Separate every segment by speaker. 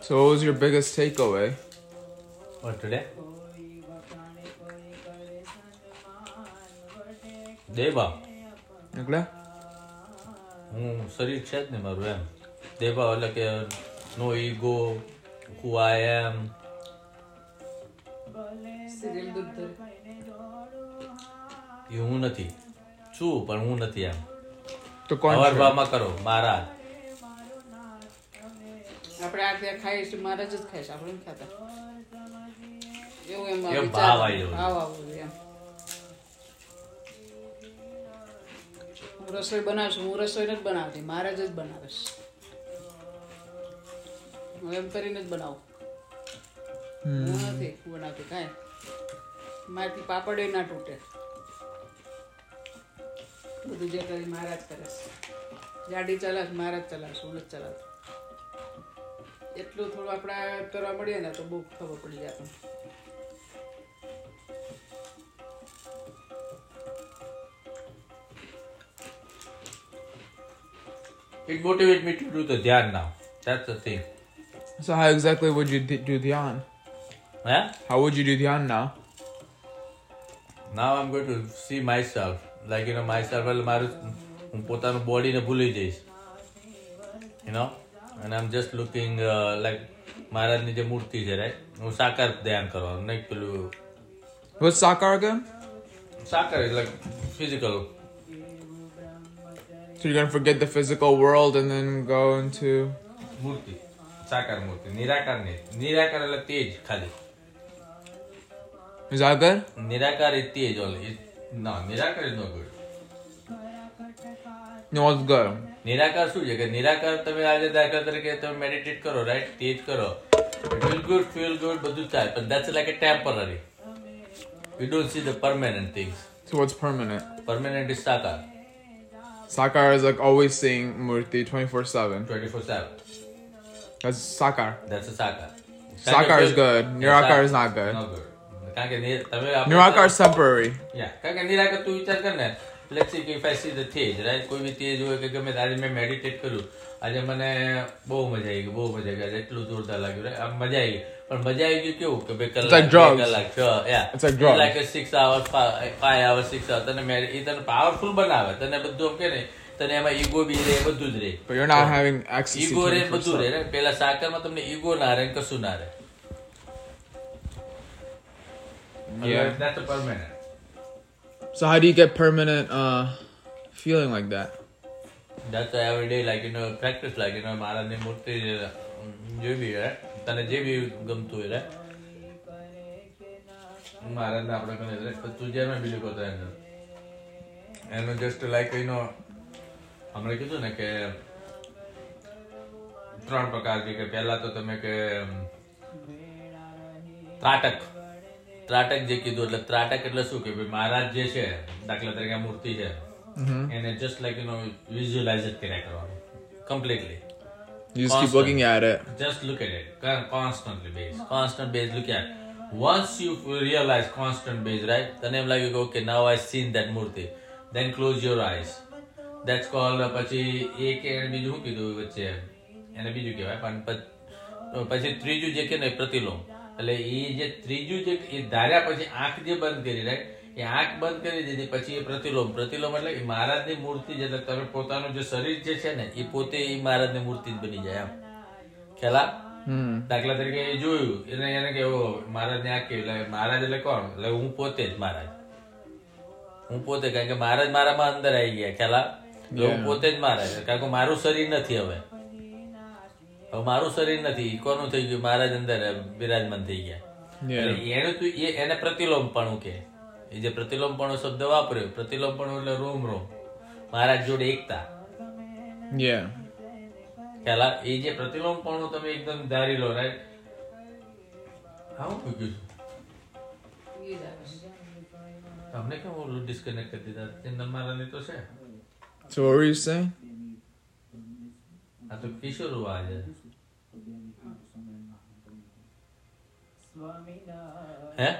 Speaker 1: So, what was your biggest takeaway?
Speaker 2: Or today? દેવા
Speaker 1: એટલે
Speaker 2: હું શરીર છે જ ને મારું એમ દેવા એટલે કે નો ઈગો હુ આઈ એમ
Speaker 3: સિરિયલ દુર્ધર
Speaker 2: એ હું નથી છું પણ હું નથી એમ
Speaker 1: તો કોણ
Speaker 2: અવરભામાં કરો મારા
Speaker 3: આપણે આ ત્યાં ખાઈએ છીએ મહારાજ જ ખાઈશ આપણે નથી ખાતા એવું એમ
Speaker 2: એમ
Speaker 3: વિચાર-
Speaker 2: ભાવ આવી જવો જોઈએ.
Speaker 3: ભાવ આવવો જોઈએ એમ. હું રસોઈ બનાવું છું હું રસોઈ નથી બનાવતી મહારાજ જ બનાવીશ હું એમ કરીને જ બનાવું હું નથી બનાવતી કાંઈ મારાથી પાપડ ના તૂટે બધું જે કરી મહારાજ કરે છે ગાડી ચલાશ મહારાજ ચલાશ હું નથી ચલાવતી એટલું થોડું આપણે કરવા મળીએ ને તો બહુ ખબર પડી જાય આપણને.
Speaker 2: It motivate me to do the dhyan now that's the thing
Speaker 1: So, how exactly would you d- do dhyan?
Speaker 2: Hey
Speaker 1: How would you do dhyan now?
Speaker 2: Now I am going to see myself like you know myself એટલે મારું હું પોતાનું બોડીને ભૂલી જઈશ you know અને આમ just looking like uh, મહારાજની જે મૂર્તિ છે રાઈટ હું સાકાર ધ્યાન કરવાનું નહીં પેલું
Speaker 1: What's sakar again?
Speaker 2: સાકાર એટલે physical
Speaker 1: So, you're gonna forget the physical world and then go into.
Speaker 2: મૂર્તિ સાકાર મૂર્તિ નિરાકાર નહીં નિરાકાર એટલે તેજ ખાલી
Speaker 1: Is that good?
Speaker 2: નિરાકાર એ તેજ ઓલે ના નિરાકાર is no good
Speaker 1: No, it's good.
Speaker 2: નિરાકાર શું છે કે નિરાકાર તમે આજે દાખલા તરીકે તમે મેડિટેટ કરો રાઈટ તેજ કરો ફીલ ગુડ ફીલ ગુડ બધું જ થાય પણ that's like a temporary you don't see the permanent things
Speaker 1: So, what's permanent?
Speaker 2: Permanent is સાકાર
Speaker 1: Sakar is like always seeing Murthy 24 7.
Speaker 2: Twenty four seven
Speaker 1: That's sakar.
Speaker 2: That's a સાકાર
Speaker 1: Sakar is good. Nirakar is not good.
Speaker 2: No good કારણ કે નિ- તમે આપણે-
Speaker 1: Nirakar is temporary.
Speaker 2: Yeah, કારણ કે નિરાકર તું વિચાર કર ને let's see કે if I see the Tej right કોઈ બી તેજ હોય કે ગમે તે, આજે મેં મેડિટેટ કર્યું આજે મને બહુ મજા આવી ગઈ બહુ મજા આવી ગઈ આજે એટલું જોરદાર લાગ્યું right? આમ મજા આવી ગઈ પણ મજા આવી ગયું કેવું કે બે કલાક
Speaker 1: like
Speaker 2: બે
Speaker 1: drugs.
Speaker 2: કલાક છ
Speaker 1: It's like drugs.
Speaker 2: Six hours five hours six hours તને મેં- એ તને પાવરફુલ બનાવે તને બધું એમ કે ને તને એમાં ઈગો બી રહે બધું જ રહે
Speaker 1: But you're not having access to
Speaker 2: ego રે બધું
Speaker 1: 24/7.
Speaker 2: રે ને પેલા સાકરમાં તમને ઈગો ના રહે ને કશું ના રહે
Speaker 1: Yeah.
Speaker 2: That's a permanent.
Speaker 1: So how do you get permanent uh feeling like that?
Speaker 2: That's why every day, like, you know, practice, like, you know, um, મહારાજની મૂર્તિ અમ, જે બી હોય તને જે બી ગમતું હોય મહારાજને આપણે ગમે એટલે પણ તું જેમાં બીજું કરતો એમ એનું જસ્ટ લાઈક એનો હમણાં કીધું ને કે ત્રણ પ્રકાર છે કે પહેલા તો તમે કે અમ, ત્રાટક ત્રાટક જે કીધું એટલે ત્રાટક એટલે શું કે ભાઈ મહારાજ જે છે દાખલા તરીકે આ મૂર્તિ છે એને just like you know visualise જ કર્યા કરવાનું completely
Speaker 1: You just keep
Speaker 2: Constant.
Speaker 1: looking at it.
Speaker 2: just look at it con- constantly base constant base look at once you realize constant base right then i'm like you go okay now i've seen that murti then close your eyes that's called uh, પછી એક એને બીજું શું કીધું વચ્ચે એને બીજું કહેવાય પણ પ- પછી ત્રીજું જે કે ને પ્રતિલોમ એટલે એ જે ત્રીજું જે એ ધાર્યા પછી આંખ જે બંધ કરી રાઈટ એ આંખ બંધ કરી દીધી પછી એ પ્રતિલોમ પ્રતિલોમ એટલે એ મહારાજની મૂર્તિ જ એટલે તમે પોતાનું જે શરીર જે છે ને એ પોતે એ મહારાજની મૂર્તિ જ બની જાય એમ ખેલા
Speaker 1: Hmm.
Speaker 2: દાખલા તરીકે એ જોયું એને એને કેવો મહારાજ ને આ કેવું એટલે મહારાજ એટલે કોણ એટલે હું પોતે જ મહારાજ હું પોતે કારણ કે મહારાજ મારામાં અંદર આવી ગયા ખેલા એટલે હું પોતે જ મહારાજ કારણ કે મારું શરીર નથી હવે હવે મારું શરીર નથી ઈ કોનું થઈ ગયું મહારાજ અંદર બિરાજમાન થઈ ગયા
Speaker 1: Yeah.
Speaker 2: એટલે એનું તું એ એને પ્રતિલોમપણું કે એ જે પ્રતિલોમપણું શબ્દ વાપર્યો પ્રતિલોમપણું એટલે રોમ રોમ મહારાજ જોડે એકતા
Speaker 1: Yeah.
Speaker 2: ખ્યાલ આ- એ જે પ્રતિલોમપણું તમે એકદમ ધારી લો રાઈટ હા હું મૂક્યું છું
Speaker 3: ઈ જ આવે છે.
Speaker 2: તમને કેમ ઓલું ડિસ્કનેક્ટ કરી દીધા ચેનલ મારાની તો છે
Speaker 1: So what were you saying?
Speaker 2: આ તો કિશોર હોવા છે હે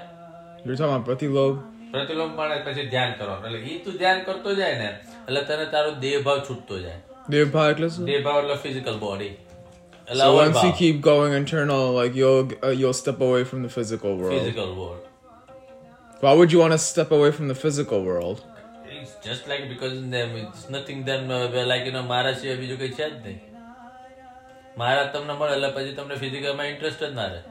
Speaker 1: You were talking about pratilob.
Speaker 2: પ્રતિલોમપણ એટલે પછી ધ્યાન કરવાનું એટલે એ તું ધ્યાન કરતો જાય ને એટલે તને તારો દેહભાવ છૂટતો જાય
Speaker 1: Do you have polyclism?
Speaker 2: દેહભાવ એટલે physical body
Speaker 1: So
Speaker 2: allowed
Speaker 1: once you
Speaker 2: bhav,
Speaker 1: keep going internal, like you'll uh, you'll step away from the physical world.
Speaker 2: physical world.
Speaker 1: Why would you want to step away from the physical world?
Speaker 2: It's just like because in them it's nothing then uh, we're like you know મારા સિવાય બીજું કઈ છે જ નહીં મારા તમને મળે એટલે પછી તમને ફિઝિકલમાં ઇન્ટરેસ્ટ જ ના રહે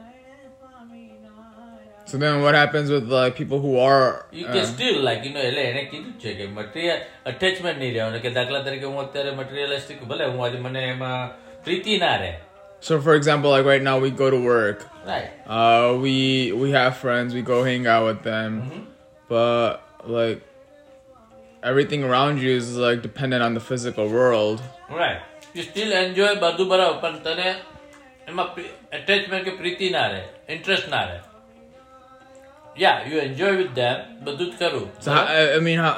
Speaker 1: So then, what happens with like people who are?
Speaker 2: You
Speaker 1: uh,
Speaker 2: કે સ્ટીલ લાઈક યુ નો એટલે એને કીધું જ છે કે મટીરિયલ અટેચમેન્ટ નહીં રહેવાનું કે દાખલા તરીકે હું અત્યારે મટીરિયલિસ્ટિક ભલે હું આજે મને એમાં પ્રીતિ ના રહે
Speaker 1: so, for example, like right now, we go to work.
Speaker 2: Right
Speaker 1: Uh, we we have friends. We go hang out with them, but like everything around you is like dependent on the physical world.
Speaker 2: Right you still enjoy બધું બરાબર પણ તને એમાં attachment કે પ્રીતિ ના રહે interest ના રહે યા યુ એન્જોય વિથ ધેમ બધું જ કરું
Speaker 1: So how, I, I mean, how,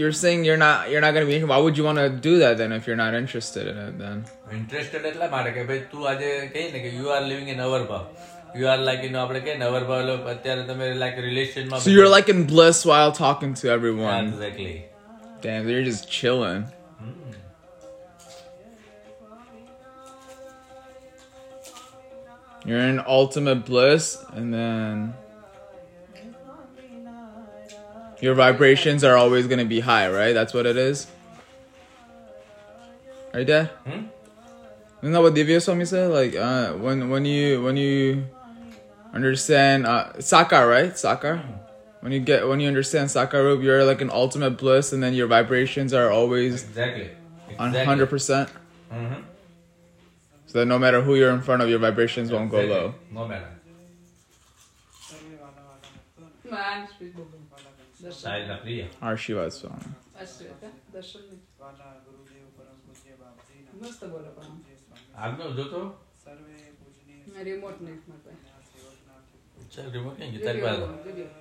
Speaker 1: you're saying you're not you're not gonna be. Why would you want to do that then if you're not interested in it? Then
Speaker 2: interested એટલા માટે કે ભાઈ તું આજે કહી ને કે you are living in our ભાવ યુ આર લાઈક એનો આપણે કહીએ ને અવર ભાવ એટલે અત્યારે તમે લાઈક રિલેશનમાં
Speaker 1: so you're like in bliss while talking to everyone.
Speaker 2: Exactly
Speaker 1: Damn, you're just chilling. You're in ultimate bliss, and then your vibrations are always gonna be high, right? That's what it is. Right, Dad?
Speaker 2: Hmm?
Speaker 1: Isn't that what Divya Swami said? Like, uh, when when you when you understand uh, Sakar, right? Sakar. When you get when you understand Sakar Roop, you're like an ultimate bliss, and then your vibrations are always
Speaker 2: exactly
Speaker 1: on hundred percent. So that no matter who you're in front of, your vibrations won't go low.
Speaker 2: No madam
Speaker 3: Man, speak Bhagwan.
Speaker 2: સાહેબ
Speaker 3: Darshan.
Speaker 2: ના પ્રિય
Speaker 1: Our Shiva song.
Speaker 3: Ashtra, ka? Darshan ne.
Speaker 4: વાલા ગુરુદેવ પરમ પૂજ્ય બાપજીના
Speaker 3: મસ્ત બોલે પણ
Speaker 4: પૂજ્ય સ્વામી
Speaker 2: આજનો જોતો
Speaker 4: સર્વે પૂજનીય
Speaker 3: મેં remote નહીં મારી પાસે.
Speaker 2: ચાલ remote ક્યાં ગયું? તારી પાસે
Speaker 3: Video, video.